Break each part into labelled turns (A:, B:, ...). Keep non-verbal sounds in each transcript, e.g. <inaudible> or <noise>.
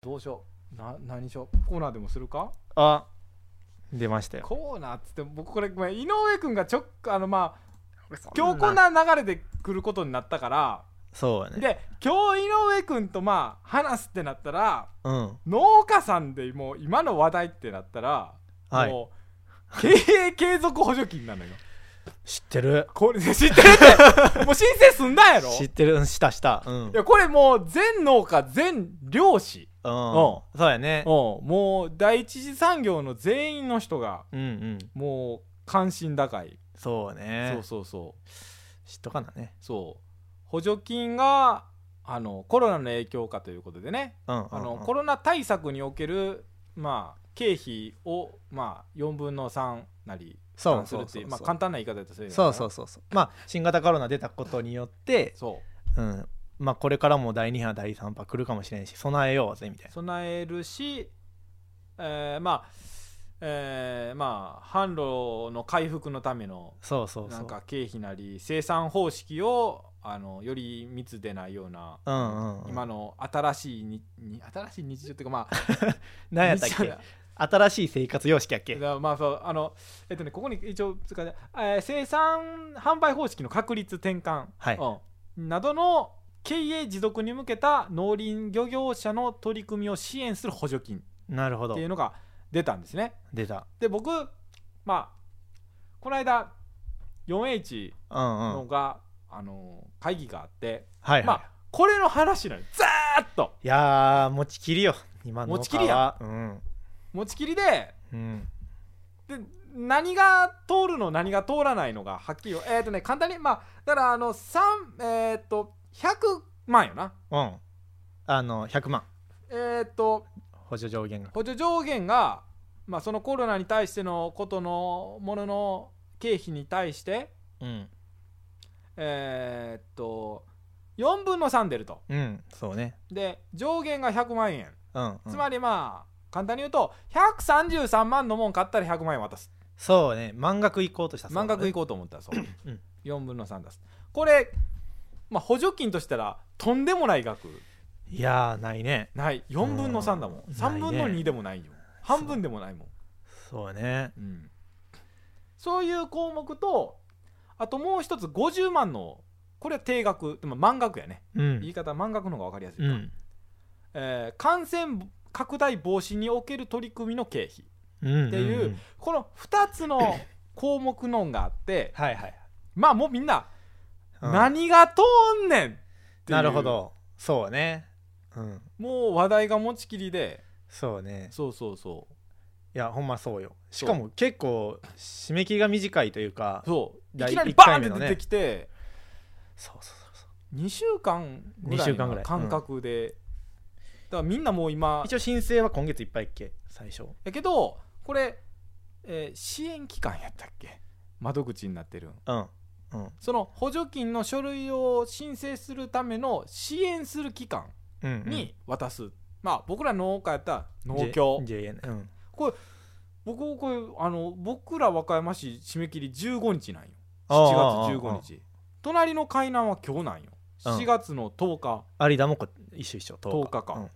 A: どうしような何しようコーナーでもするか
B: あ出ましたよ
A: コーナーっつっても僕これごめん井上君がちょっあのまあ強固な流れで来ることになったから
B: そうやね
A: で今日井上君とまあ話すってなったら
B: うん
A: 農家さんでもう今の話題ってなったら、
B: はい
A: もう経営継続補助金なのよ
B: 知ってる
A: これ知ってるってもう申請すんだやろい
B: 知ってるうんしたしたうん
A: やこれもう全農家全漁師
B: うんそうやね
A: おもう第一次産業の全員の人が
B: うんうん
A: もう関心高い、
B: そうね
A: そうそうそう
B: 知っとかなね
A: そう補助金があのコロナの影響かということでね
B: うん
A: あの
B: うんうん
A: コロナ対策における、まあ、経費を、まあ、4分の3なり負
B: そう
A: 担す
B: そ
A: る
B: う
A: って
B: そ
A: いううまあ簡単な言い方だとそういうのか
B: そ
A: な
B: うそうそうそうまあ新型コロナ出たことによって
A: そ
B: うんまあこれからも第2波第3波来るかもしれんし備えようぜみたいうな
A: 備えるし、えーまあえーまあ販路の回復のための
B: そうそうそ
A: なん
B: う
A: か経費なり生産方式をあのより密でないような、
B: うんうんうん
A: 今の新しいにに新しい日常っていうかまあ
B: 何やったっ
A: 日常
B: け
A: <laughs> だ
B: 新しい生活様式やっけ
A: だからまあそうあのえっとねここに一応つか、えー生産販売方式の確立転換、
B: はい
A: うんなどの経営持続に向けた農林漁業者の取り組みを支援する補助金
B: なるほ
A: っ
B: ど
A: ていうのが出たんですね
B: 出た
A: で僕まあこの間 4H
B: うんう
A: の
B: ん
A: が、あの会議があって、
B: はい
A: ま
B: はい
A: あこれの話なのよざーっと
B: いやー持ちきりよ今の
A: 持ちきりや
B: 川は
A: 持ちきりで
B: うんうん
A: で何が通るの何が通らないのがはっきりえっ、とね簡単にまあだからあの3えっ、と100万よな
B: うんあの100万
A: えっ、と
B: 補助上限が
A: 補助上限が、まあ、そのコロナに対してのことのものの経費に対して
B: うん
A: えーっと4分の3出ると
B: うんそうね
A: で上限が100万円
B: うんうん
A: つまりまあ簡単に言うと133万のもん買ったら100万円渡す
B: そうね満額行こうとした
A: 満額い
B: こ
A: こうと思ったらそう、
B: うん
A: 4分の3出すこれ、まあ、補助金としたらとんでもない額
B: ういやーないね
A: ない4分の3だもん
B: うん
A: 3分の
B: ないね
A: 2でもないよ半分でもないもん
B: そうね
A: うん、そういう項目とあともう一つ50万のこれは定額でも満額やね
B: う
A: 言
B: ん
A: い方満額の方が分かりやすいか、
B: うん
A: えー感染拡大防止における取り組みの経費
B: うん
A: っていう
B: うんん
A: この2つ
B: <laughs>
A: の項目のんがあって
B: はいはい
A: まあもうみんな
B: うん
A: 何が通んねんっていう
B: なるほどそうねうん
A: もう話題が持ちきりで
B: そうね
A: そうそうそう
B: いやほんまそうよしかも結構締め切りが短いというか
A: そうい
B: 第
A: きなり
B: 一
A: バーンっ
B: 回目
A: て
B: のね
A: 出てきて、
B: そうそうそうそう
A: 2週間ぐら
B: 二週間ぐ
A: い
B: ら
A: の
B: い
A: 感覚で、だからみんなもう今
B: 一応申請は今月いっぱいっけ最初
A: やけどこれ、えー支援機関やったっけ窓口になってるん
B: うんうん
A: その補助金の書類を申請するための支援する機関
B: うんうん
A: に渡す、まあ僕ら農家やったら農協
B: J- JN うん
A: 僕これあの僕ら和歌山市締め切り15日なんよ
B: ああ
A: 7月
B: あああ
A: 15日隣の海南は今日なんよ
B: うん
A: 7月の10日、
B: 有田もこ一緒一緒10
A: 10日か
B: うん違う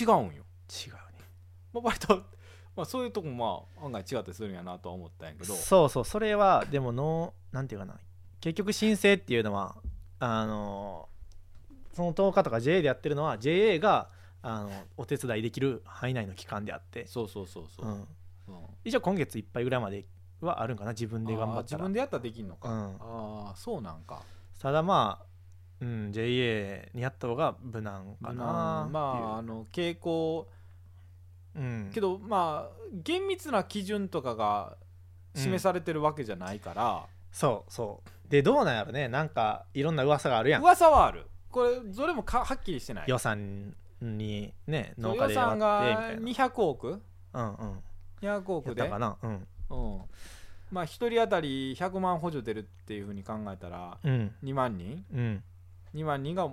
A: 違うんよ
B: ね
A: まあ、割と、まあ、そういうとこもまあ案外違ったりするんやなとは思ったんやけど
B: そうそうそれはでものなんていうかな結局申請っていうのはあのその10日とか JA でやってるのは JA があのお手伝いできる範囲内の期間であって、
A: そうそうそうそうう、
B: ん、
A: うん
B: 一応今月いっぱいぐらいまではあるんかな自分で頑張
A: あー
B: った
A: 自
B: ら
A: 分でやったらできんのか、
B: うん
A: ああそうなんか
B: ただまあ、うん、JA にやった方が無難かな
A: うんまああの傾向
B: あ、うん、
A: けどまあ厳密な基準とかが示されてるわけじゃないから、
B: そうそうでどうなんやろねなんかいろんな噂があるやん
A: 噂はあるこれどれもかはっきりしてない
B: 予算にね農家
A: 予
B: で
A: 算
B: 割って
A: が
B: み
A: 200億
B: たいなうんうん
A: 200
B: やっ
A: 億で
B: たかなうん
A: うんまあ1人当たり100万補助出るっていうふうに考えたら
B: うん
A: 2万人
B: うん
A: 2万人が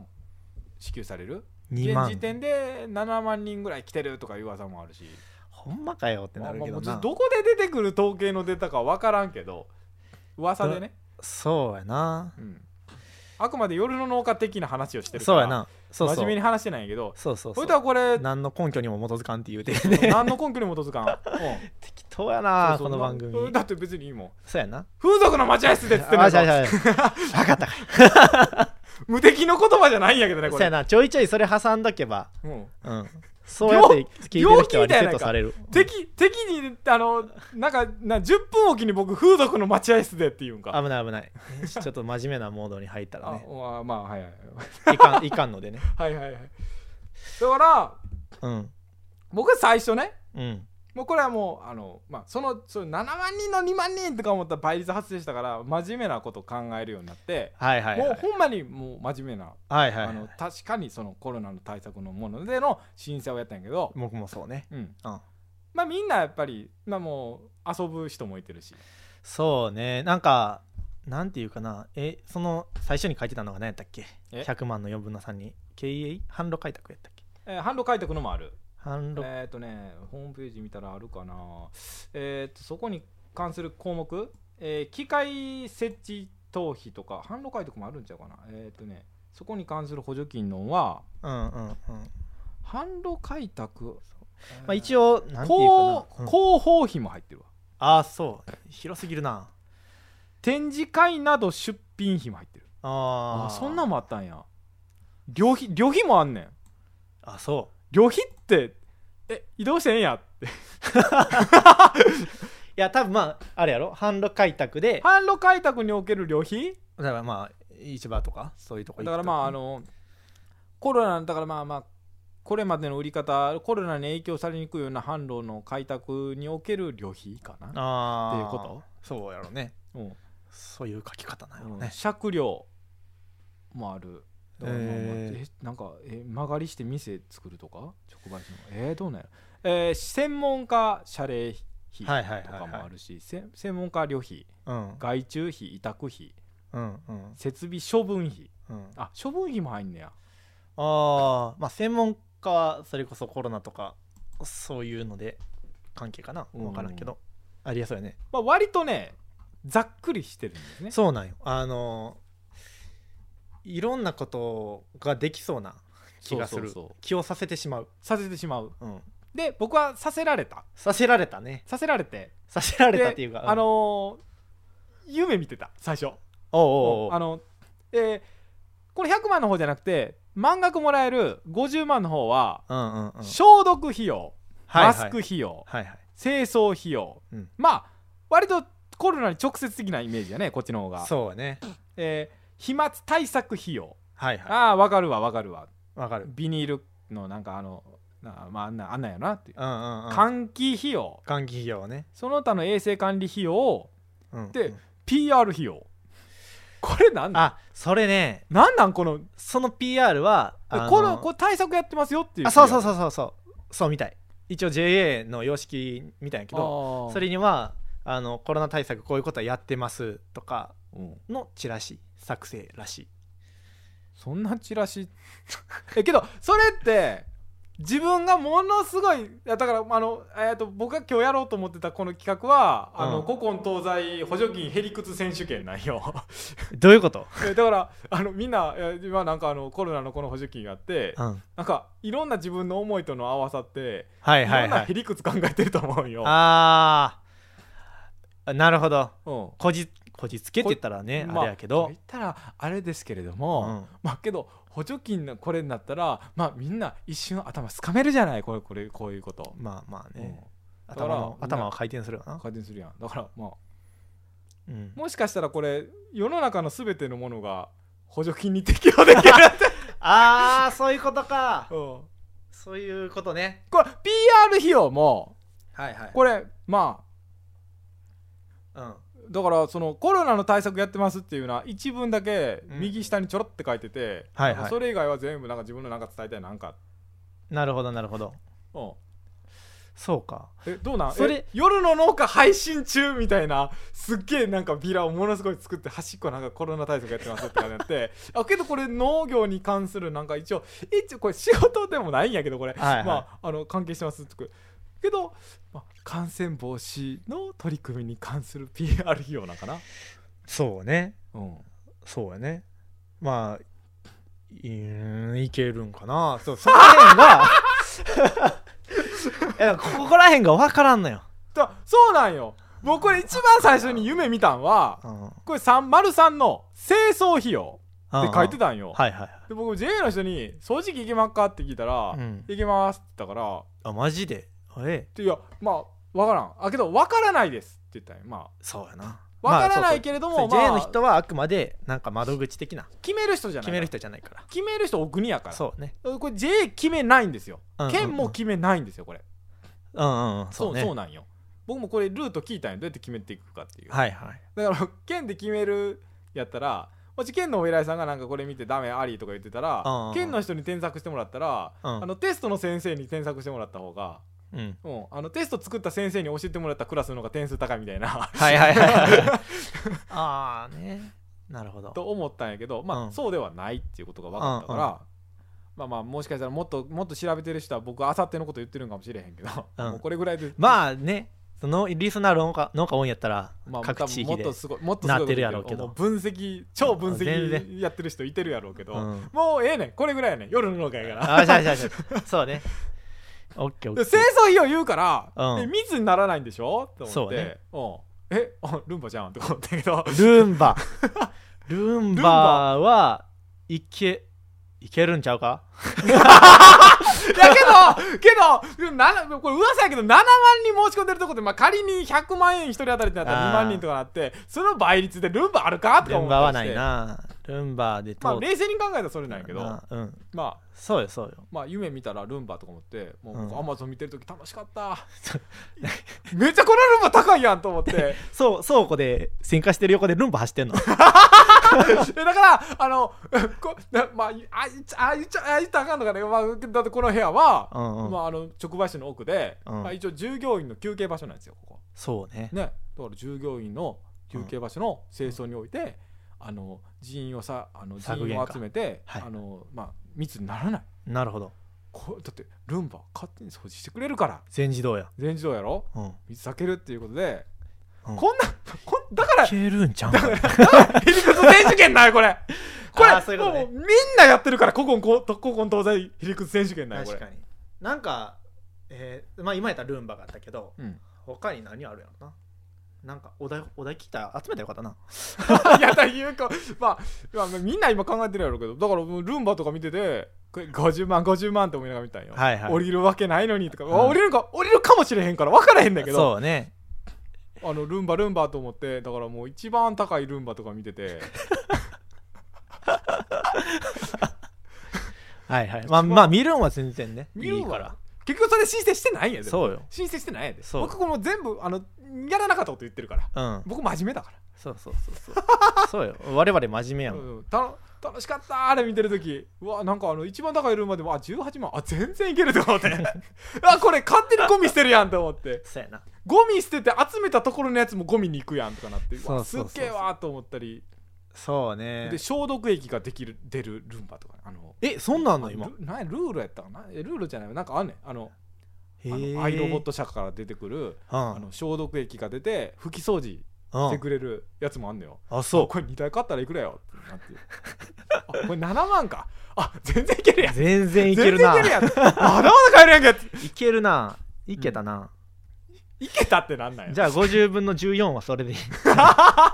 A: 支給される
B: 2
A: 現
B: 万
A: 時点で7万人ぐらい来てるとかいう噂もあるし
B: ほんまかよってなるけ
A: まあまあも
B: ど
A: う
B: な、
A: どこで出てくる統計のデータか分からんけど噂でね、
B: そうやな
A: うんあくまで夜の農家的な話をしてるから
B: そうやなそうそ
A: 真面目
B: う
A: に話してないけど
B: そうそ
A: そ
B: うそ
A: れ
B: う
A: とはこれ
B: 何の根拠にも基づかんって言うてね
A: 何の根拠にも基づかん、うん
B: <laughs> 適当やな
A: そうそう
B: この番組
A: なだって別にいいもん
B: そうや
A: <laughs>
B: な
A: 風俗の待合室でっつってんだ
B: あじゃあじ
A: ぞ
B: ゃあじ
A: <laughs>
B: ゃあわかったか
A: 無敵の言葉じゃないんやけどねこ
B: そうや
A: れ、
B: なちょいちょいそれ挟んどけば
A: うん、
B: うんそうやって聞いてる人はリセットされる
A: 敵敵にあのなんかな10分おきに僕風俗の待合室でっていうんか
B: 危ない危ないちょっと真面目なモードに入った
A: <laughs>
B: ら
A: あ
B: ね
A: まあまあはいはい
B: いかんいかんのでね
A: はいはいはいだから
B: うん
A: 僕最初ね
B: うん
A: もうこれはもうあの、まあ、そのその7万人の2万人とか思ったら倍率発生したから真面目なこと考えるようになって、
B: はいはいはい
A: もうほんまにもう真面目な、
B: はいはい
A: あ
B: は
A: の
B: い
A: 確かにそのコロナの対策のものでの審査をやったんやけど、
B: 僕もそうね
A: うん
B: うん
A: まあ、みんなやっぱり、まあ、もう遊ぶ人もいてるし、
B: そうねなんかなんていうかなえその最初に書いてたのが何やったっけ
A: え
B: 100万の4分の3に経営販路開拓やったっけ
A: えー、販路開拓のもある
B: 販路
A: えっ、とねホームページ見たらあるかなえっ、とそこに関する項目、えー機械設置等費とか販路開拓もあるんちゃうかなえっ、とねそこに関する補助金のは
B: うんうんうん
A: 販路開拓、
B: まあ一
A: 応
B: 応なんていう
A: 広
B: かなうん
A: 広報費も入ってるわ
B: ああそう広すぎるな
A: 展示会など出品費も入ってるあ
B: あ
A: そんなんんもあったんや旅費旅費もあんねん
B: あそう
A: 旅費ってえ移動してんやって
B: いや多分まああれやろ販路開拓で
A: 販路開拓における旅費
B: だからまあ市場とかそういうとこ行
A: だ
B: った
A: からまああのコロナだからまあまあこれまでの売り方コロナに影響されにくいような販路の開拓における旅費かな、
B: あー
A: っていうこと
B: そうやろね
A: うん
B: そういう書き方なんやろ
A: うん
B: ね、
A: 借料もあるだからまあまあ
B: え
A: えなんかえ曲がりして店作るとか直売所のえー、どうなんやろ、えー専門家謝礼
B: は
A: 費
B: いはい
A: と
B: はいはい
A: かもあるし、せ専門家旅費
B: うん
A: 外注費委託費
B: うんうん
A: 設備処分費
B: うん
A: あ処分費も入んねや
B: ああまあ専門家はそれこそコロナとかそういうので関係かな
A: うん
B: 分からんけど、ありえそうやね
A: まあ、割とねざっくりしてるんですね
B: そうなんよあのーいろんなことができそうな気がする
A: そうそうそう
B: 気をさせてしまう、
A: させてしまう
B: うん、
A: で僕はさせられた
B: させられたね
A: させられて
B: させら
A: さ
B: れたっていうか、うん
A: あのー夢見てた最初
B: おうおうおう
A: あのえーこれ100万の方じゃなくて満額もらえる50万の方は、
B: うんうんうん
A: 消毒費用
B: は
A: マ
B: いはい
A: スク費用、
B: はいはい
A: 清掃費用、
B: うん
A: まあ割とコロナに直接的なイメージだねこっちの方が、
B: そうね
A: えー飛沫対策費用、
B: はいはい
A: ああ分かるわ分かるわ
B: わかる
A: ビニールのなんかあのなまああんなあんなんやなっていう
B: うんうんうん
A: 換気費用
B: 換気費用ね、
A: その他の衛生管理費用
B: うん
A: で
B: うん
A: PR 費用これなんなん
B: あそれね
A: なんなんこの
B: その PR は
A: え
B: あの
A: このこれ対策やってますよっていう
B: あそうそう
A: う
B: そうそうそうそうみたい一応 JA の様式みたいやけどそれにはあのコロナ対策こういうことはやってますとかのチラシ作成らしい
A: <laughs> そんなチラシ <laughs> えけどそれって自分がものすごいいやだからあの、えー、と僕が今日やろうと思ってたこの企画は、あ
B: う
A: の
B: ん
A: 古今東西補助金へりくつ選手権なんよ
B: どういうこと、
A: えだからあのみんなえ今なんかあのコロナのこの補助金があって
B: うん、
A: なんかいろんな自分の思いとの合わさって
B: はい
A: い
B: は
A: ろ
B: い
A: ん
B: は
A: ないへりくつ考えてると思うよ。
B: あーなるほど
A: うん
B: こじこじつけって言ったらね
A: ま
B: あれやけど
A: 言っ、たらあれですけれど
B: う
A: も、
B: ん、
A: まあけど補助金のこれになったらまあみんな一瞬頭つかめるじゃないこれこれこういうこと、
B: まあまあね、
A: だから
B: 頭の頭は回転するよ
A: うん
B: な、
A: 回転するやんだからまあ
B: うん、
A: もしかしたらこれ世の中のすべてのものが補助金に適用できる
B: <laughs>
A: って、
B: ああそういうことか
A: うん
B: そういうことね
A: これ PR 費用も
B: はいはい
A: これまあ
B: うん
A: だからそのコロナの対策やってますっていうのは一文だけ右下にちょろって書いてて、
B: はいはい
A: なんかそれ以外は全部なんか自分のなんか伝えたいなんか、
B: なるほどなるほど
A: うん、
B: そうか
A: えどうなん
B: それ
A: え夜の農家配信中みたいなすっげえなんかビラをものすごい作って端っこなんかコロナ対策やってますって感じになって
B: <laughs>
A: あけどこれ農業に関するなんか一応一応これ仕事でもないんやけどこれ、
B: はいはい
A: まああの関係してますってくけど、まあ、感染防止の取り組みに関する PR 費用なんかな、
B: そうね
A: うん、
B: そうやねまあいいけるんかなそうそこら辺が <laughs> いやここら辺が分からんのよ、
A: だそうなんよ僕これ一番最初に夢見たんは
B: うん、
A: これ3丸3の清掃費用って書いて
B: た
A: たんよ、
B: はいはいはい
A: で僕 JA の人に「掃除機行けまっか?」って聞いたら「
B: うん
A: 行けます」って言ったからっ
B: あマジでえ
A: て「いやまあ分からんあけど分からないです」って言ったんよまあ
B: そうやな
A: 分からない
B: け
A: けれど
B: ど
A: も、まあ
B: J の人はあくまでなんか窓口的な
A: 決める人じゃない
B: 決める人じゃないから
A: 決める人お国やから
B: そうね
A: これ JA 決めないんですよ、
B: うんうんうん
A: 県も決めないんですよこれ
B: うんうんうんそうね
A: そうなんよ僕もこれルート聞いたんよどうやって決めていくかっていう、
B: はいはい
A: だから県で決めるやったらもし県のお偉いさんがなんかこれ見てダメありとか言ってたら、
B: うんうんうん
A: 県の人に添削してもらったら、
B: うん
A: あのテストの先生に添削してもらった方が、
B: うん
A: うん、あのテスト作った先生に教えてもらったクラスの方が点数高いみたいな
B: <laughs> はいはいはい
A: <laughs>
B: はいああねなるほど
A: と思ったんやけど、まあ
B: うん
A: そうではないっていうことが分かったから、
B: うん
A: まあまあもしかしたらもっともっと調べてる人は僕あさってのこと言ってるんかもしれへんけど、
B: うん
A: もうこれぐらいであ
B: まあねそのリスナーの農家多いんやったら各地
A: 多
B: 域
A: 分
B: で
A: もっとすごいもっとすごいこと言
B: なってるやろうけど
A: も分析超分
B: 全然
A: 析やってる人いてるやろうけど、
B: うん
A: もうええねんこれぐらいやねん夜の農家やから
B: あじゃあじゃあじゃあそうねオッケーオ
A: で
B: ッ
A: 清
B: ケー
A: 掃費を言うから、
B: うん
A: で密にならないんでしょと思
B: そ
A: っ
B: う
A: て
B: ね
A: うんえあルンバじゃんとか思ったけど <laughs>
B: ルンバルン
A: ルン
B: バ
A: バ
B: はいけいけるんちゃうか
A: いやけどけどでもななこれ噂やけど7万人申し込んでるとこで、まあ、仮に100万円1人当たりってなったら2
B: あー
A: 万人とかなってその倍率でルンバあるかとか
B: ル
A: 思
B: ン
A: っ
B: バは
A: た
B: な
A: りして
B: いなルンバで通
A: まあ
B: っ
A: 冷静に考えたらそれなんやけど
B: なうん
A: まあ
B: そうよそうよ
A: まあ夢見たらルンバとか思っても
B: うん
A: うアマゾン見てる時楽しかった、
B: <laughs>
A: めっちゃこのルンバ高いやんと思
B: <laughs>
A: って
B: そう倉庫で戦火してる横でルンバ走ってん
A: <laughs>
B: の
A: でだから、あの、 <laughs> こなまあ、あ言っちゃあ言っちゃあ言ったらあかんのかね、まあ、だってこの部屋は、
B: うんうん
A: まあ、あの直売所の奥で、
B: うん
A: まあ、一応従業員の休憩場所なんですよ、こ
B: そうね
A: こ。ね、だから従業員の休憩場所の清掃において、あの人員をさあの人
B: 削
A: 員
B: 減か
A: を集めて、
B: はい
A: あのまあ、密にならない。
B: なるほど
A: こだってルンバ勝手に掃除してくれるから
B: 全自動や
A: 全自動やろ
B: うん
A: 水避けるっていうことで、
B: うん
A: こんなこんだから
B: いけるんちゃうか
A: 皮肉選手権なんよこれこ
B: あ
A: れ
B: ーそういうことね
A: もうみんなやってるから古今こ古今東西皮肉選手権なんよこれ
B: 確かになんか、えーまあ今やったらルンバがあったけど
A: うん、
B: 他に何あるやろななんかお題お題聞いたら集めたらよかったない
A: やだ <laughs> いうか、まあ、まあみんな今考えてるやろうけどだからもうルンバとか見ててこれ50万50万って思いながら見たんよ、
B: はいはい
A: 降りるわけないのにとか、
B: ん
A: 降りるか降りるかもしれへんから分からへんだけど
B: うね
A: あのルンバルンバと思ってだからもう一番高いルンバとか見てて
B: はいはいまあまあ見るんは全然ね
A: 見るんはい
B: <laughs> いから
A: 結局それ申請してないんやで
B: そうよ
A: 申請してないんやで
B: そう
A: 僕この全部あのやらなかったこと言ってるから
B: うん
A: 僕真面目だから
B: そうそうそうそう <laughs> そうよ我々真面目やん
A: うん、た楽しかったあれ見てる時うわなんかあの一番高いルーマでもあ18万あ全然いけると思って
B: <laughs>
A: あこれ勝手にゴミ捨てるやんと思って
B: そうやな
A: ゴミ捨てて集めたところのやつもゴミに行くやんとかなってうわ
B: そうそうそうそう
A: すっげえわーと思ったり、
B: そうね
A: で消毒液ができる出るルンバとか、あの
B: えそんなんあんの
A: あ
B: 今
A: ルなんやルールやったかなえルールじゃないわなんかあんねんあのあ
B: へ
A: のアイロボット社から出てくるあの消毒液が出て拭き掃除
B: うん
A: してくれるやつもあんのよ
B: あそう
A: あこれ2台買ったらいくらよってなってあこれ7万かあ全然いけるやん
B: 全然い
A: 全
B: け
A: 然い
B: る
A: け
B: な
A: るやんまだまだ買えるやんけって
B: いけるないけたな、
A: いけたってなんない
B: じゃあ50分の14はそれ <laughs> でいいあ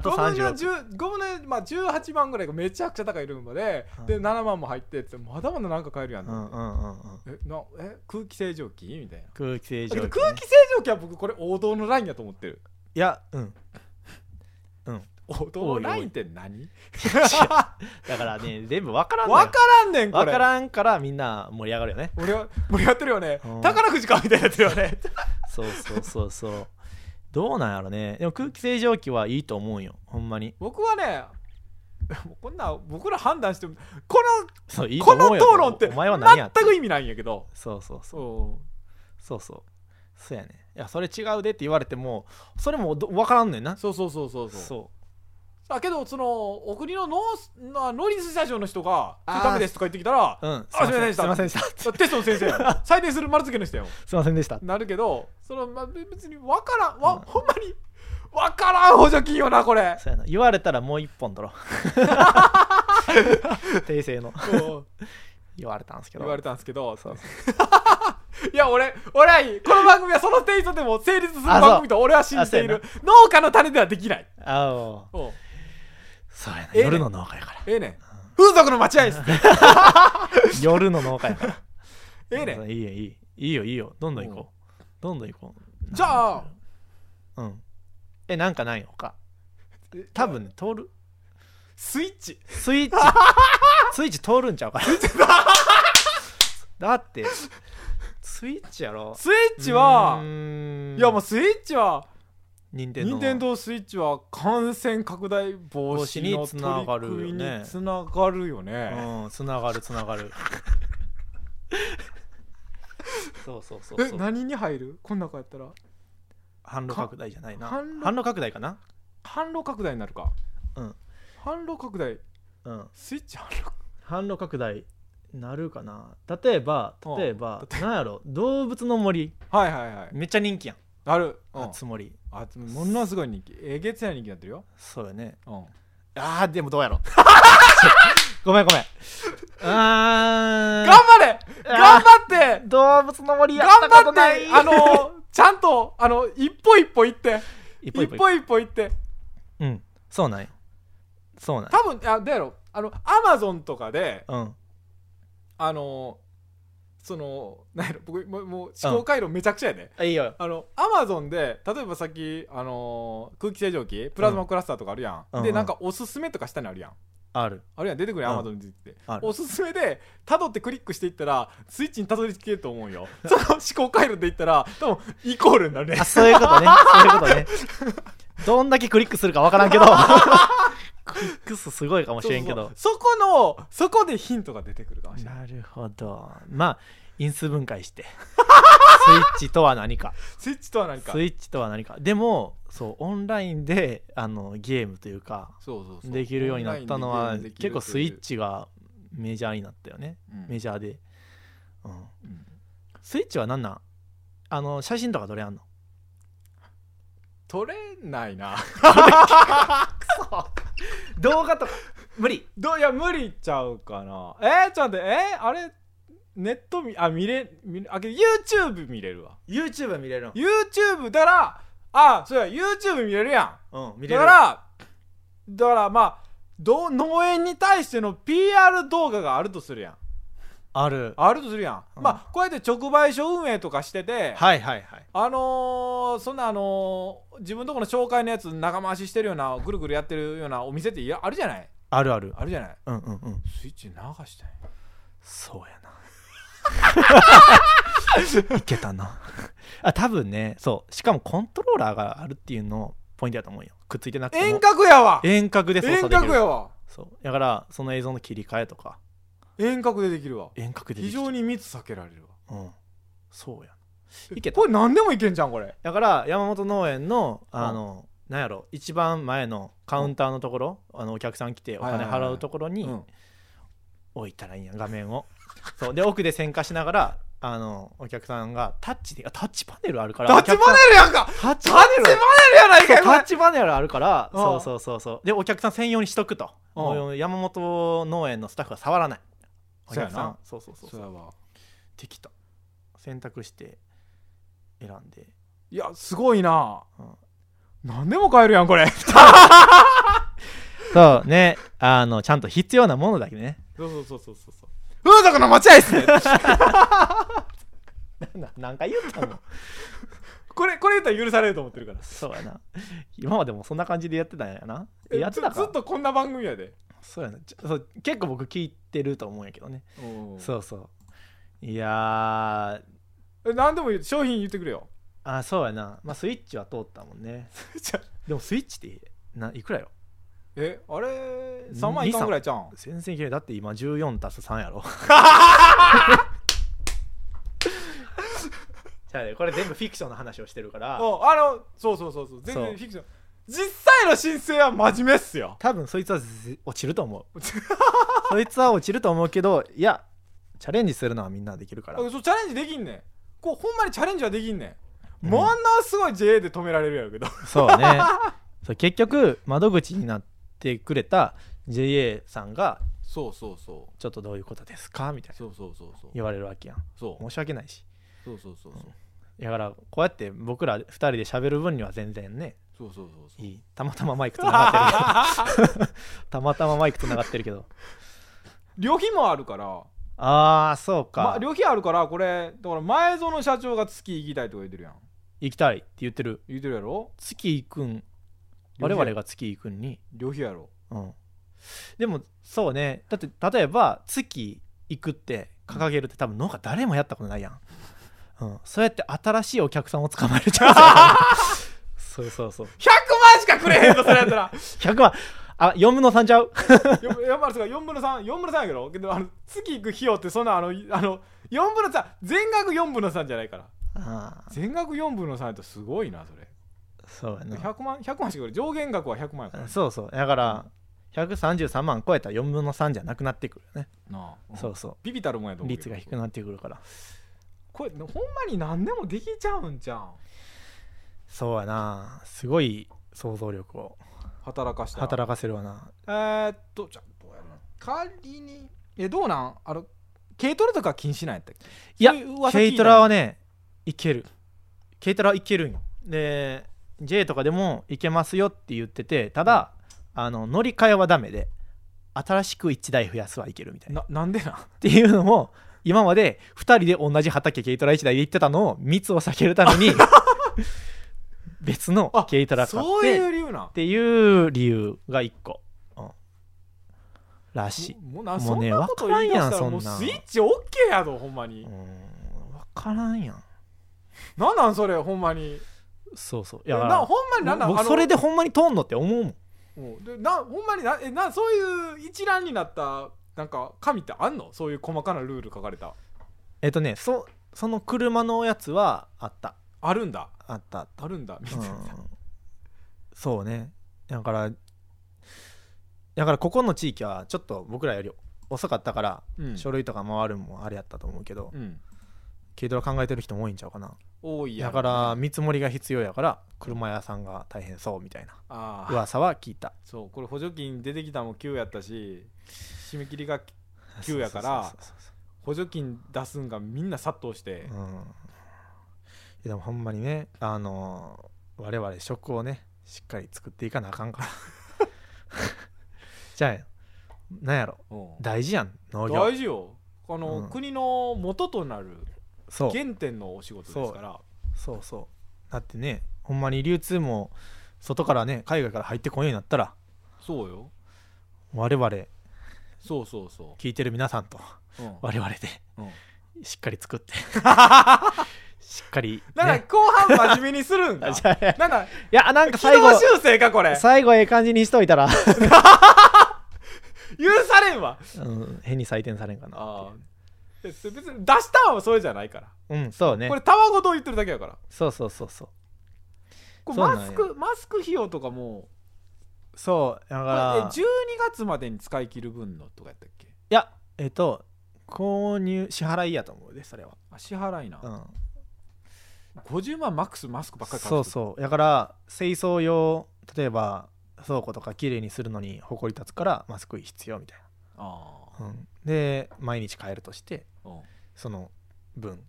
B: と
A: 5分の
B: 30
A: 10 5分の10まあ、18万ぐらいがめちゃくちゃ高いルンバで、
B: うん
A: で7万も入ってってまだまだなんか買えるやん,、
B: うんうんうんうん
A: えなえ空気清浄機みたいな
B: 空気清浄
A: だけ
B: 機
A: ど
B: ね
A: 空気清浄機は僕これ王道のラインやと思ってる
B: いやうん
A: 王道のラインって何
B: だからね <laughs> 全部わからんの
A: <laughs>
B: よ
A: わからんねんこ
B: わ
A: れ
B: からんからみんな盛り上がるよね
A: 盛り上が盛り上がってるよね
B: うん
A: 宝くじかみたいなやつよね
B: そうそうそうそうどうなんやろねでも空気清浄機はいいと思うんよほんまに
A: 僕はね <laughs> もうこんな僕ら判断してもこの
B: そういいと
A: こ
B: 思
A: の
B: うよ
A: 討論って
B: お前は何や
A: 全く意味ないんやけど
B: そうそうそう
A: そ
B: そうそうそうやねいやそれ違うでって言われてもそれもど分からんのよな
A: うそうそうそうそうそう
B: そ
A: だけどそのお国のノーな農林水産省の人が「
B: あー
A: ダメです」とか言ってきたら <laughs>
B: ううん
A: あ
B: すいませんでした
A: だってテストの先生や採点する丸付けの人やん
B: すいませんでした
A: なるけどその、ま、別にわからんわ、
B: うん
A: ほんまにわからん補助金よなこれ
B: そうやな言われたらもう一本 <laughs> 取ろう訂正の言われたんですけど
A: 言われたんですけど
B: そう
A: <laughs> いや俺俺はいいこの番組はそのテイストでも成立する番組と俺は信じてい
B: あ
A: る農家の種ではできない
B: あお
A: おう
B: そうやな
A: ええね
B: 夜の農
A: <laughs>
B: 家やから
A: ええねん風俗の待合室
B: <laughs>
A: で
B: 夜の農家やから
A: ええねん
B: いいよいいいいよいいよどんどん行こうどんどん行こう
A: じゃあ
B: うんえなんかないのか多分ね通る
A: スイッチ <laughs>
B: スイッチスイッチ通るんちゃうか
A: <laughs>
B: なだってスイッチやろ
A: スイッチは
B: うーん
A: いやもうスイッチは
B: 任天堂
A: 任天堂スイッチは感染拡大防止の
B: 防止につながる
A: 取り
B: よね
A: 組みにつながるよね
B: うんつながるつな
A: <laughs>
B: がるそうそうそう
A: え
B: そう
A: 何に入るこん中やったら
B: 販路拡大じゃないな
A: か
B: 販
A: 販路
B: 路拡大かな
A: 販路拡大になるか
B: うん
A: 販路拡大
B: うん
A: スイッチ販路
B: 販路拡大なるかな例えば
A: うん
B: 例えばなんやろ動物の森
A: はいはいはい
B: めっちゃ人気やん
A: あるうん
B: あつ森
A: あものすごい人気えげつない人気になってるよ
B: そうよね
A: うん
B: あーでもどうやろ <laughs> ごめんごめ <laughs> んあー
A: 頑張れ頑張って
B: 動物の森や
A: 頑
B: ったこ
A: 張
B: と
A: っ
B: ない
A: てあのちゃんとあの一歩一歩行って
B: 一歩
A: 一
B: 一歩
A: 歩一歩行って
B: うんそうなんよそうなんよ
A: 多分あどうやろあのアマゾンとかで
B: うん
A: あのそのなんやろ僕もうもう思考回路めちゃくちゃやね、
B: あいいよ
A: あのアマゾンで例えばさっき、あのー空気清浄機プラズマクラスターとかあるやん、
B: うん
A: で
B: うん
A: なんかおすすめとか下にあるやん
B: ある
A: あるやん出てくるやん
B: うん
A: アマゾンについて
B: ある
A: おすすめでたどってクリックしていったらスイッチにたどり着けると思うよ <laughs> その思考回路でいったら多分イコールになるね
B: あそういうこと <laughs> ねそういうことねどんだけクリックするかわからんけど <laughs> クリック数すごいかもしれんけど
A: そうそうそこのそこでヒントが出てくるかもしれない
B: なるほどまあ因数分解して
A: <laughs>
B: スイッチとは何か
A: スイッチとは何か
B: スイッチとは何かでもそうオンラインであのゲームというか
A: そうそうそう
B: できるようになったの
A: オ
B: は
A: ンラインでゲームできる
B: 結構スイッ
A: と
B: チがメジャーになったよね
A: いう、
B: メ
A: ジ
B: ジャーで、うん、
A: ャー、うん
B: スイッチは何なんあの写真とかどれあんの
A: 取れないな
B: 動画とか無理
A: どういや無理ちゃうかなえー、ちょっと待ってえー、あれネット見あ見れ見れあけど YouTube 見れるわ
B: YouTube 見れる
A: YouTube だからあそうや YouTube 見れるや
B: のうん
A: ん
B: 見れ
A: だ
B: る
A: からだからまあど農園に対しての PR 動画があるとするやん
B: ある
A: あるとするやん、
B: うん
A: まあこうやって直売所運営とかしてて、
B: はいはいはい
A: あのー、そんなあのー、自分とこの紹介のやつ長回ししてるようなぐるぐるやってるようなお店っていやあるじゃない
B: あるある
A: あるじゃない
B: うんうんうん
A: スイッチ流したんや
B: そうやな <laughs> いけたなあ多分ねそうしかもコントローラーがあるっていうのポイントだと思うよくっついてなくても
A: 遠隔やわ
B: 遠隔で操
A: 遠
B: 作でき
A: 隔
B: る
A: やわ
B: そうだからその映像の切り替えとか
A: 遠隔でできるわ
B: 遠隔でで
A: 非
B: きちゃう
A: 常に密避けられるわ
B: うんそうやいけた
A: これ何でもいけんじゃんこれ
B: だから山本農園のあの、なんやろ一番前のカウンターのところ、あのお客さん来てお
A: はいは
B: 金
A: いはいは
B: 払
A: いう
B: ところに
A: うん
B: 置いたらいいんや画面をそうで奥で選果しながらあのお客さんがタッチであタッチパネルあるから
A: タッチパネルやんか
B: ルタッチ
A: タッチ
B: パ
A: パ
B: ネル
A: ネルやないかい
B: タ
A: これ
B: ッチパネルあるから
A: うん
B: そうそうそうそうでお客さん専用にしとくと
A: うん
B: もう山本農園のスタッフは触らないお
A: そ
B: 客
A: うや
B: さん
A: な
B: そうそうそう
A: そうやわ
B: できた選択して選んで、
A: いやすごいな
B: うん、
A: 何でも買えるやんこれそう
B: そうね、あの、ちゃんと必要なものだけね。
A: そうそうそうそう風俗の待合室
B: 何回言ったの
A: これこれ言ったら許されると思ってるから
B: <laughs> そうやな。今までもそんな感じでやってたんやな。
A: え
B: やってた
A: ずずっ
B: か。
A: とこんな番組やで
B: そうやな。ちょそう結構僕聞いてると思うんやけどね。
A: そ
B: そうそう。いやー、
A: う何でもいい商品言ってくれよ
B: あ、そうやな。まあ、スイッチは通ったもんね。
A: じゃあ
B: でもスイッチってないくらよ
A: えあれ3万いかんぐらいちゃうん
B: 全然いけない。だって今14足す3やろ。
A: <laughs>
B: じゃあね、これ全部フィクションの話をしてるから。
A: うんあのそうそうそうそう全
B: そ
A: 然
B: う
A: フィクション実際の申請は真面目っすよ
B: 多分そいつはぜ落ちると思う
A: <laughs>
B: そいつは落ちると思うけどいやチャレンジするのはみんなできるから
A: あそうチャレンジできんねんこうほんまにチャレンジはできんねんものすごい JA で止められるやろうけど
B: そうねそう結局窓口になってくれた JA さんが
A: そうそうそう
B: ちょっとどういうことですかみたいな
A: そうそうそうそう
B: 言われるわけやん
A: そう
B: 申し訳ないし
A: そうそうそうそう
B: だからこうやって僕ら2人で喋る分には全然ね
A: そうそうそうそう
B: いいたまたまマイクつながってるけどたまたまマイクつながってるけど
A: 旅費もあるから
B: <laughs> ああそうか、
A: ま、旅費あるからこれだから前園社長が月行きたいとか言ってるやん
B: 行きたいって言ってる
A: 言ってるやろ
B: 月行くん
A: 旅
B: 我
A: 費
B: 々が月行くんに、
A: 旅費やろ
B: うん、でもそうねだって例えば月行くって掲げるって多分農家誰もやったことないやん、うん、そうやって新しいお客さんを捕まえるチャ <laughs> ンスやんそうそうそう
A: 100万しかくれへんとそれやったら <laughs>
B: 100万あ4分の3ちゃう
A: よやっぱりそうか4分の34分の3やけどけどあの月行く費用ってそんなあのいあの4分の3全額4分の3じゃないから
B: ああ
A: 全額4分の3やとすごいなそれ
B: そうやな
A: 100万100万しかくれ上限額は100万やから
B: そうそうだから133万超えたら4分の3じゃなくなってくるよね、
A: なあ
B: そうそ
A: ビビたるもんやと
B: う
A: 思う
B: 率が低く
A: い
B: なってくるから
A: これほんまに何でもできちゃうんじゃん
B: そうやなすごい想像力を
A: 働かして
B: 働かせるわな
A: えー、っとじゃあどうやろな仮にえどうなんあの軽トラとか禁止なんやったっけ
B: いや
A: そうう噂聞い
B: 軽
A: た
B: トラはねいける軽トラはいけるんよで J とかでもいけますよって言っててただあの乗り換えはダメで新しく1台増やすはいけるみたいなっ
A: ななんでなん
B: ていうのも今まで2人で同じ畑軽トラ1台で行ってたのを密を避けるため
A: <laughs>
B: に別の
A: あ
B: 軽トラ買っ
A: そう
B: て
A: い
B: っ
A: う理由なん
B: ていう理由が1個、うんらしい
A: もうな
B: も
A: そ
B: うんね
A: なこと言い出したらも
B: わ
A: う
B: からんやんそんなん
A: スイッチオッケーやぞほんま
B: う
A: に
B: ーん分からんやん
A: なんなんそれほんまに
B: そうそうい
A: い
B: や
A: なほんまになんなんあ
B: 僕
A: の
B: それでほんまに通んのって思うもん
A: うんでなほんまになえなそういう一覧になったなんか紙ってあんのそういう細かなルール書かれた
B: えっとねそその車のやつはあった
A: あるんだ
B: あったあっ
A: あるんだみ
B: た、、
A: たいうなん
B: <laughs> そうねだからだからここの地域はちょっと僕らより遅かったから、
A: うん
B: 書類とか回るのもあれやったと思うけど、
A: うん
B: 軽トラ考えてる人も多いんちゃうかな
A: 多いや
B: だ
A: ろ
B: から見積もりが必要やから車屋さんが大変そうみたいな
A: ああ
B: 噂は聞いた
A: そうこれ補助金出てきたのも急やったし締め切りが急やから
B: そうそうそう
A: 補助金出すんがみんな殺到して
B: そう、うんいやでもほんまにねあのー我々食をねしっかり作っていかなあかんから <laughs> じゃあなんやろ
A: うん
B: 大事やん農業
A: 大事よあの、
B: うん
A: 国の元となる
B: そう
A: 原点のお仕事ですから
B: そうそうだってねほんまに流通も外からね海外から入ってこんようになったら
A: そうよ
B: 我々
A: そうそうそ
B: 聞いてる皆さんと
A: う、うん
B: 我々で <laughs>
A: うん
B: しっかり作って
A: <laughs>
B: しっかり、ね、
A: なんか後半真面目にするんか
B: あ <laughs> じゃあい
A: なんか
B: やなん
A: 軌
B: か最
A: <laughs> 道
B: 後
A: 修正かこれ
B: 最後ええ感じにしといたら、
A: 許されんわ
B: うん、変に採点されんかな
A: ああ別に出したんはそれじゃないから、
B: うんそうね
A: これたわごと言ってるだけやから
B: そうそうそうそう
A: これ
B: そうなん
A: マ
B: や
A: スクマスク費用とかも
B: そうだか
A: これえ
B: ら
A: 12月までに使い切る分のとかやったっけ
B: いやえっと購入支払いやと思うでそれは
A: あ支払いな、
B: うん
A: 50万マックスマスクばっかり買
B: そうそうだから清掃用例えば倉庫とか綺麗にするのに埃立つからマスク必要みたい
A: あ
B: な、うん、で毎日買えるとして
A: あ、うん、はい
B: その分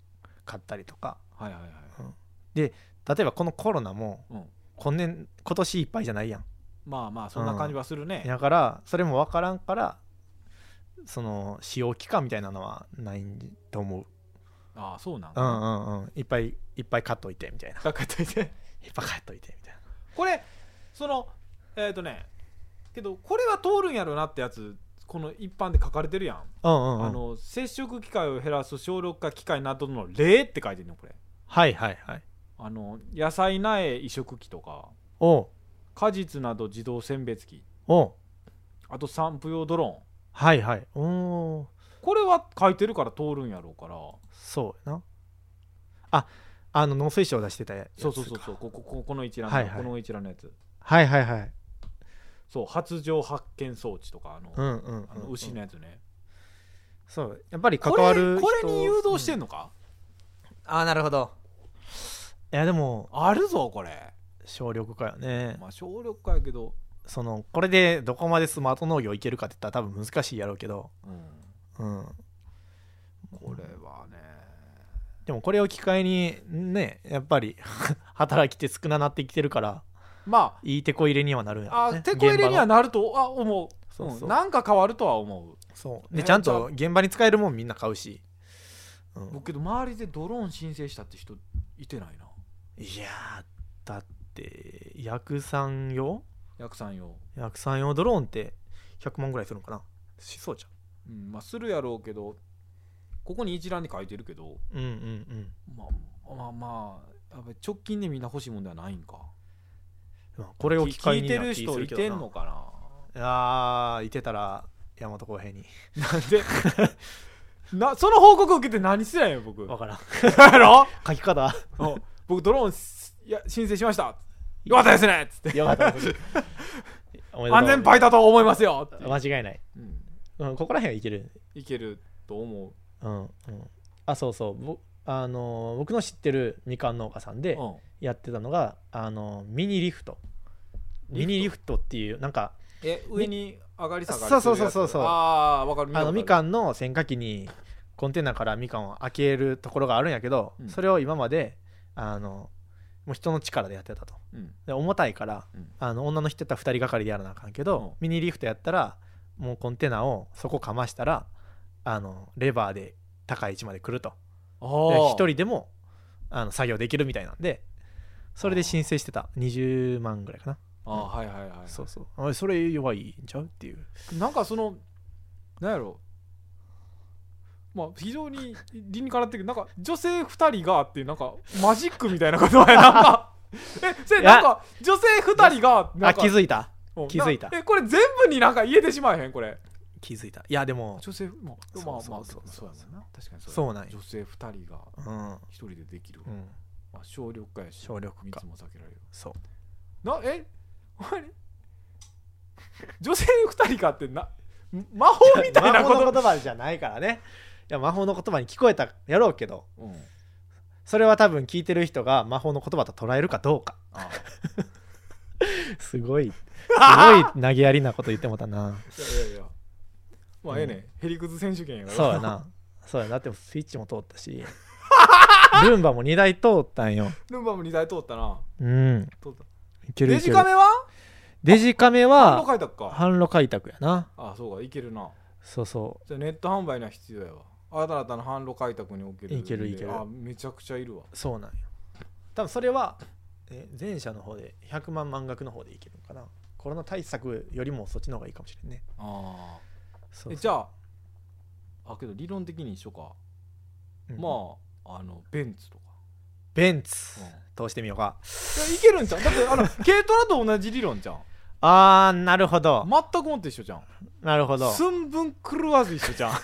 B: 買ったりとか
A: はいはい
B: 例えばこのコロナも
A: うん
B: 今年今年いっぱいじゃないやん
A: まあまあそんな感じはするね、
B: だからそれも分からんからその使用期間みたいなのはないんと思う
A: ああそうなん
B: う
A: だ、
B: んうんうんいっぱいいっぱい買っといてみたいな
A: だから大体
B: いっぱい買っといてみたいな
A: <laughs> これそのえっ、とねけどこれは通るんやろなってやつこの一般で書かれてるやん、
B: うんうん、うん、
A: あの接触機会を減らす小6化機械などの例って書いてるのこれ
B: はいはいはい
A: あの野菜苗移植機とか
B: おう
A: 果実など自動選別機
B: おう
A: あと散布用ドローン
B: はいはいおお
A: これは書いてるから通るんやろうから
B: そうやなああの農水省出してたやつ
A: そ
B: か
A: うそうそうそうここここの一覧の、
B: はいはい
A: この一覧のやつ
B: はいはいはい
A: そう発情発見装置とかあの,、
B: うんうん、うん、
A: あの牛のやつね、
B: そうやっぱり関わる
A: これこれに誘導してんの
B: の、
A: か、
B: うんああなるほどいやでも
A: あるぞこれ
B: 省力化よね
A: まあ省力化やけど、
B: そのこれでどこまでスマート農業いけるかって言ったら多分難しいやろうけど、
A: うん、
B: うん、
A: これはね
B: でもこれを機会にねやっぱり <laughs> 働き手少ななってきてるから
A: ま
B: いい手こ入れにはなるんやろ
A: あ
B: う、ね、
A: あ手こ入れには
B: 現
A: なるとあ思う
B: 場のそうそう
A: うんなんか変わるとは思う
B: そう
A: ね
B: でちゃんと現場に使えるもんみんな買うし、うん
A: 僕けど周りでドローン申請したって人いてないない
B: やーだって薬産用
A: 薬さんよ、
B: 薬産用ドローンって100万ぐらいするのかなしそうじ
A: うん、まあするやろうけどここに一覧で書いてるけど
B: ゃんうんうんうん
A: まあまあまあやっぱり直近でみんな欲しいもんではないんか
B: まあこれを機会
A: 聞い
B: に
A: て
B: な
A: る
B: 気す
A: 人い
B: けどな
A: てんのかな
B: あーいてたら大和浩平に
A: なんでなその報告受けて何してないよ僕
B: わからん
A: やろ
B: 書
A: <laughs>
B: き方
A: うん僕ドローンすいや申請しましたよかったですねっつって
B: よかった <laughs> ですおめでとう
A: 安全パイだと思いますよっていう、
B: 間違いない、
A: うん、
B: うん、ここら辺はいける
A: いけると思う
B: うんうんあそうそうぼあのー僕の知ってるみかん農家さんで
A: うん
B: やってたのが、あのーミニリフトミニリフトっていうなんか
A: え上に上がり下がり
B: そうそう
A: するやつ
B: そうそうそう
A: ああわかる
B: あのみか
A: ん
B: んの選果機にコンテナからみかんを開けるところがあるんやけど、
A: うん
B: それを今まであのもう人の力でやってたと
A: うん
B: で重たいから、
A: うん
B: あの女の人やったら2人がかりでやらなあかんけど、ミニリフトやったらもうコンテナをそこかましたらあのレバーで高い位置まで来ると
A: あ
B: で
A: ー
B: 1人でもあの作業できるみたいなんでそれで申請してた20万ぐらいかな
A: あーはいはいはいはい
B: そうそうあそれ弱いんちゃうっていう
A: なんかそのなんやろまあ非常に理にかなってるけどなんか女性2人がっていうなんかマジックみたいなことやなん <laughs> かえそれなんか女性2人がな
B: あ
A: んか
B: 気づいた
A: うん
B: 気づいた
A: なえこれ全部になんか言えてしまえへんこれ
B: 気づいたいやでも
A: 女性まあまあまあ
B: そ
A: そう
B: そうそうそう
A: うやもんな確かにそ
B: そうなんよ
A: 女性2人が
B: うん
A: 1人でできる、
B: うん
A: まあ、省力化やし
B: 省力化
A: 密も避けられる
B: そう
A: なえ <laughs> お前女性2人かってな <laughs> 魔法 <laughs> みたいな
B: 魔
A: こ
B: 法の
A: と、
B: 言葉じゃないからねいや魔法の言葉に聞こえたやろうけど
A: うん、
B: それは多分聞いてる人が魔法の言葉と捉えるかどうか
A: あ
B: すごいすごい投げやりなこと言っても
A: <laughs>
B: たな
A: あいやいやいやまあええねん、ヘリクズ選手権やから
B: そうやなそうやなでもスイッチも通ったし <laughs> ルンバも2台通ったんよ
A: <laughs> ルンバも2台通ったな
B: うん
A: 通った
B: いける
A: デ
B: いけ
A: ジ
B: る
A: カメは
B: デジカメ
A: ハンド
B: は
A: 開拓か
B: 販路開拓やな
A: ああそうかいけるな
B: そうそ
A: じゃあネット販売には必要やわ新たな販路開拓における
B: いけるいける
A: あめちゃくちゃいるわ
B: うそうなんよ多分それはえ前者の方で100万満額の方でいけるのかなコロナ対策よりもそっちの方がいいかもしれんね
A: ああ
B: そう
A: え
B: そう
A: じゃああけど理論的に一緒か、
B: うん
A: まああのベンツとか
B: ベンツ
A: うん
B: 通してみようか
A: いやいけるんじゃんだって
B: <laughs>
A: あの軽トラと同じ理論じゃん
B: あーなるほど
A: 全くもって一緒じゃん
B: なるほど
A: 寸分狂わず一緒じゃんい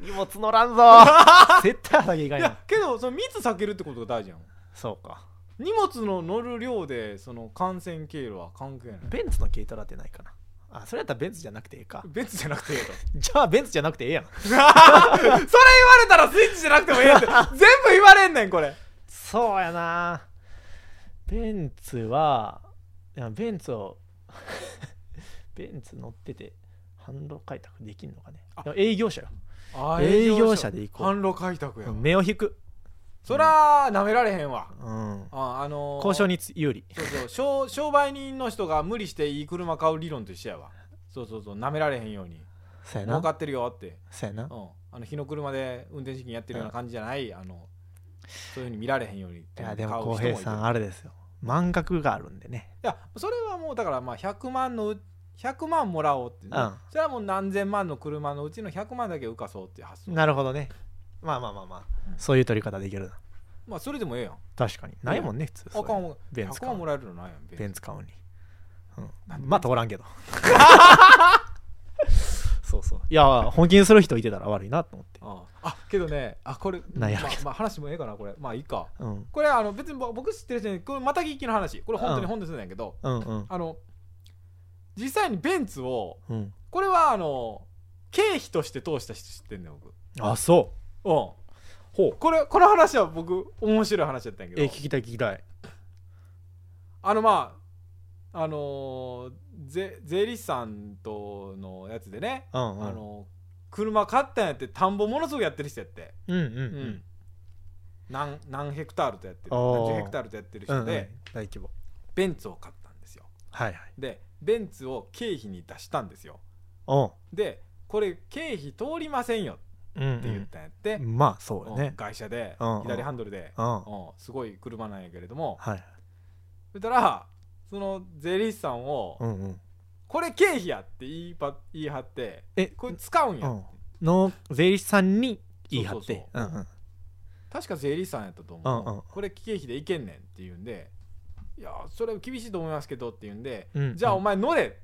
B: 荷物乗らんぞ <laughs> 絶対畑以外
A: <laughs>
B: な
A: やけどその密避けるってことが大事やん
B: そうか
A: 荷物の乗る量でその感染経路は関係ない
B: ベンツの軽トラってないかなあそれやったらベンツじゃなくてええ
A: <laughs>
B: か
A: ベンツじゃなくてええと
B: じゃあベンツじゃなくてええやん
A: それ言われたらスイッチじゃなくても
B: <laughs>
A: ええって全部言われんねんこれ
B: そうやなベンツはいやベンツを <laughs> ベンツ乗ってて販路開拓できんのかね
A: あ
B: でも営業者よ
A: あ
B: 営業者で行こう
A: 販路開拓やわ
B: 目を引く、
A: そらなめられへんわ
B: うん、
A: ああのー
B: 交渉につ有利
A: そうそう商商売人の人が無理していい車買う理論と一緒やわそうそうそうなめられへんように
B: そうや
A: 儲か
B: な
A: ってるよって
B: そうやな
A: うん、あの日の車で運転資金やってるような感じじゃない、あのそういうふうに見られへんように
B: い
A: 買う
B: や
A: 人
B: でも
A: も
B: 浩
A: いる
B: 平さんあれですよ満額があるんでね
A: いやそれはもうだからまあ100万のう100万もらおうって、
B: うん
A: それはもう何千万の車のうちの100万だけ浮かそうっていう発想、
B: なるほどねまあまあまあまあ、
A: うん
B: そういう取り方できるな
A: まあそれでもええやん
B: 確かにないもんね普通
A: あか
B: そうんいう
A: も
B: ベンツ
A: 100
B: 買う
A: 万もらえるのないやんベンツ
B: ベンツ買うに、うん、まあ通らんけど <laughs> そうそういや本気にする人いてたら悪いなと思って
A: あああけどねあこれ
B: なんやろ
A: まあまあ話もええかなこれまあいいか
B: うん
A: これあの別にぼ僕知ってる人にこれまたぎ一気の話これ本当に
B: うん
A: 本でするんやけど、
B: うんうん
A: あの実際にベンツを
B: うん
A: これはあの経費として通した人知ってんねん僕
B: あそ
A: うん
B: うほう
A: これこの話は僕面白い話だったんや
B: え
A: けど
B: 聞きたい聞きたい
A: あのまああのーぜ税理士さんとのやつでね、
B: うんうん
A: あの車買ったんやって田んぼものすごくやってる人やって、
B: うんうんう
A: うん
B: ん
A: 何何ヘクタールとやってる
B: あー
A: 何十ヘクタールとやってる
B: うんう
A: 人
B: ん
A: で、
B: 大規模
A: ベンツを買ったんですよ
B: はいはい
A: でベンツを経費に出したんですよ
B: お
A: でこれ経費通りませんよ
B: うんうん
A: って言ったんやって、
B: まあそうだ
A: うん
B: ね
A: 会社で
B: うんうん
A: 左ハンドルで、
B: うんは
A: うんすごい車なんやけれども
B: い
A: そしたらその税理士さんを、
B: うんうん
A: これ経費やって言いば言い張って
B: え
A: これ使うんや、
B: うんの税理士さんに言い張っ
A: そうそう
B: て
A: そううん
B: うん
A: 確か税理士さんやったと思う、
B: うんうん
A: これ経費でいけんねんって言うんでいやそれ厳しいと思いますけどって言うんで、
B: うんうん
A: じゃあお前乗れって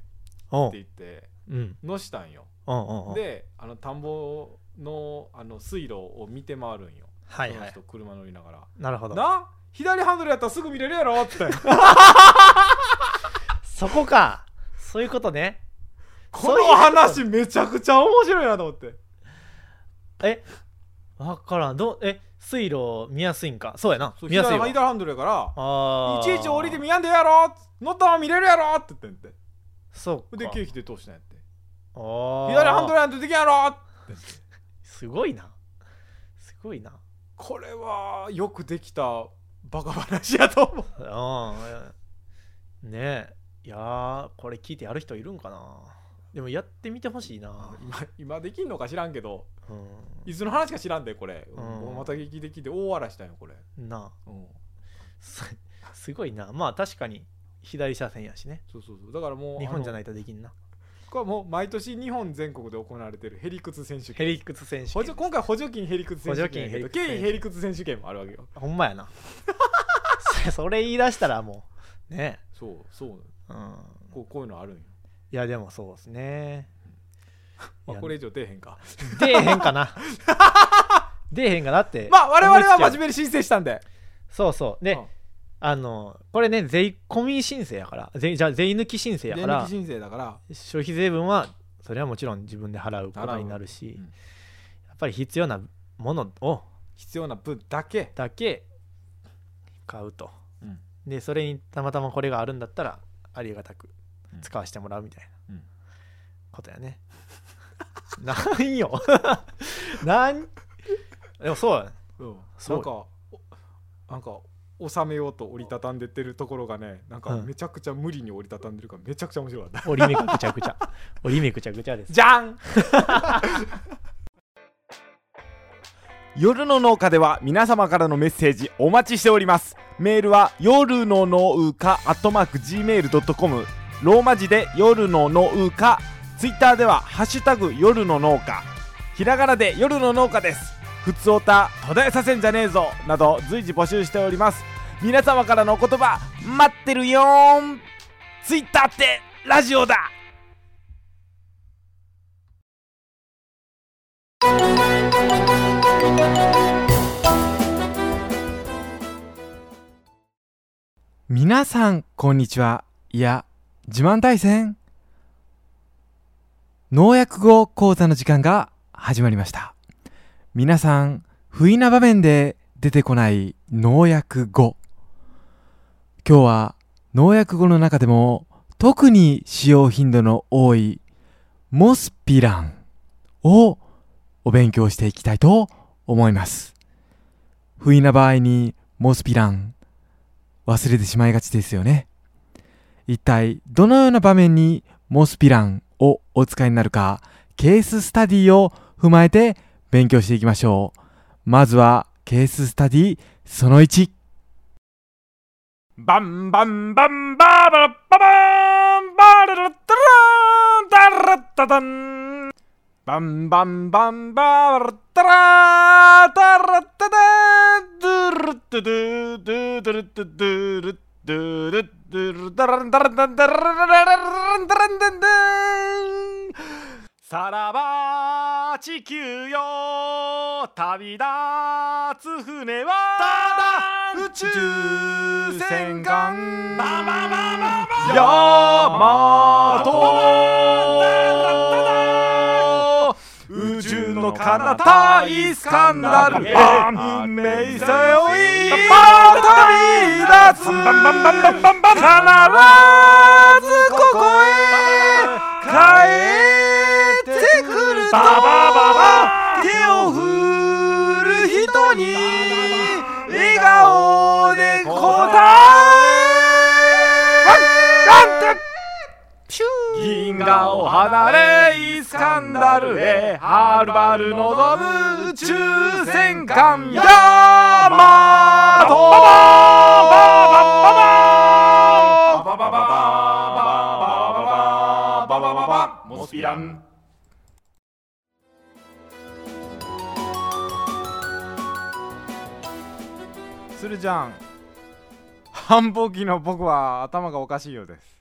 B: おう
A: 言って
B: うん
A: 乗したんよ
B: うんうんうん
A: であの田んぼのあの水路を見て回るんよ、
B: はいは
A: そ
B: い
A: の人車乗りながら
B: なるほど
A: な左ハンドルやったらすぐ見れるやろって
B: <laughs> そこかそういうことね
A: この話めちゃくちゃ面白いなと思って
B: えわからんどうえ水路見やすいんかそうやな
A: そう
B: 見や
A: 左
B: すいわ
A: 左ハンドルやから
B: あ
A: い
B: ー
A: ちいち降りて見やんでええやろ乗ったまま見れるやろって言ってんて
B: そう
A: で
B: か
A: 経費で通したんやって
B: あー
A: 左ハンドルやんとできんやろって言って
B: すごいなすごいな
A: これはよくできたバカ話やと思う
B: うんねえいやーこれ聞いてやる人いるんかなでもやってみてほしいな
A: 今今できんのか知らんけど
B: う
A: いつの話か知らんでこれ、
B: うん
A: もうまた劇で聞いて大笑いしたんよこれ、
B: んなあ
A: うん、
B: す <laughs> すごいなまあ確かに左車線やしね
A: そうそうそうだからもう
B: 日本じゃ
A: い
B: ないとできんな
A: これはもう毎年日本全国で行われてるヘリクツ選手
B: ヘ
A: 権
B: リクツ選手
A: 補助今回補助金ヘリクツ選手権やけど
B: 補助金ヘリクツ選手
A: 経費ヘリクツ選手権
B: 権
A: もあるわけよ
B: ほんま
A: <laughs>
B: やなそそれ言い出したらもうね
A: そうそう
B: えうん
A: こうこういうのあるんよ、
B: いやでもそうですね
A: まあ、
B: いや
A: これ以上出えへんか
B: 出えへんか
A: <laughs>
B: な出えへんかなって
A: まあ我々は真面
B: 目
A: 目に申請したんで
B: そうそうで、
A: うん
B: あのこれね税込み申請やから税じゃあ税抜き申請やか
A: 電
B: ら
A: 力申請だから
B: 消費税分はそれはもちろん自分で払うこと
A: 払う
B: になるし、
A: うん
B: やっぱり必要なものを
A: 必要な分だけ、
B: だけ買うと
A: うん
B: でそれにたまたまこれがあるんだったらありがたく
A: うん
B: 使わせてもらうみたいな
A: うん
B: ことやね、 <laughs> なんよ <laughs> なんで
A: <laughs>
B: もそうやね
A: うん、
B: そう
A: なんかおなんか収めようと折りたたんでってるところがねなんか
B: うん
A: めちゃくちゃ無理に折りたたんでるからめちゃくちゃ面白かった、
B: 折り目がぐちゃぐちゃ折り目ぐちゃぐちゃです
A: じゃん夜の農家では皆様からのメッセージお待ちしておりますメールは夜の農家アットマーク Gmail.com ローマ字で夜の農家ツイッターではハッシュタグ夜の農家ひらがなで夜の農家ですふつおた途絶えさせんじゃねえぞなど随時募集しております皆様からのお言葉待ってるよーんツイッターってラジオだ皆さんこんにちはいや自慢大戦農薬語講座の時間が始まりました皆さん不意な場面で出てこない農薬語今日は農薬語の中でも特に使用頻度の多いモスピランをお勉強していきたいと思います不意な場合にモスピラン忘れてしまいがちですよね一体どのような場面にモスピランをお使いになるかケーススタディを踏まえて勉強していきましょうまずはケーススタディその1バンバンバンバーバラババーンバララッタラーンダラッタタンバンバンバンバーバラッタラーダラッタタンドゥルッドゥドゥドゥドゥルッドゥドゥルッドゥルッドゥルッダランダランダランダランダランダランダランダンさらば地球よ旅立つ船はただ宇宙戦艦バババババヤマト宇宙の
C: の
A: カナ
C: 体
A: タイスカンダル運命さよいバ旅立つ必ずここへ帰ってくると手を振る人に笑顔で答え銀河を離れイスカンダルへはるばる望む宇宙戦艦ヤマトモスピラン
C: するじゃん繁忙期の僕は頭がおかしいようです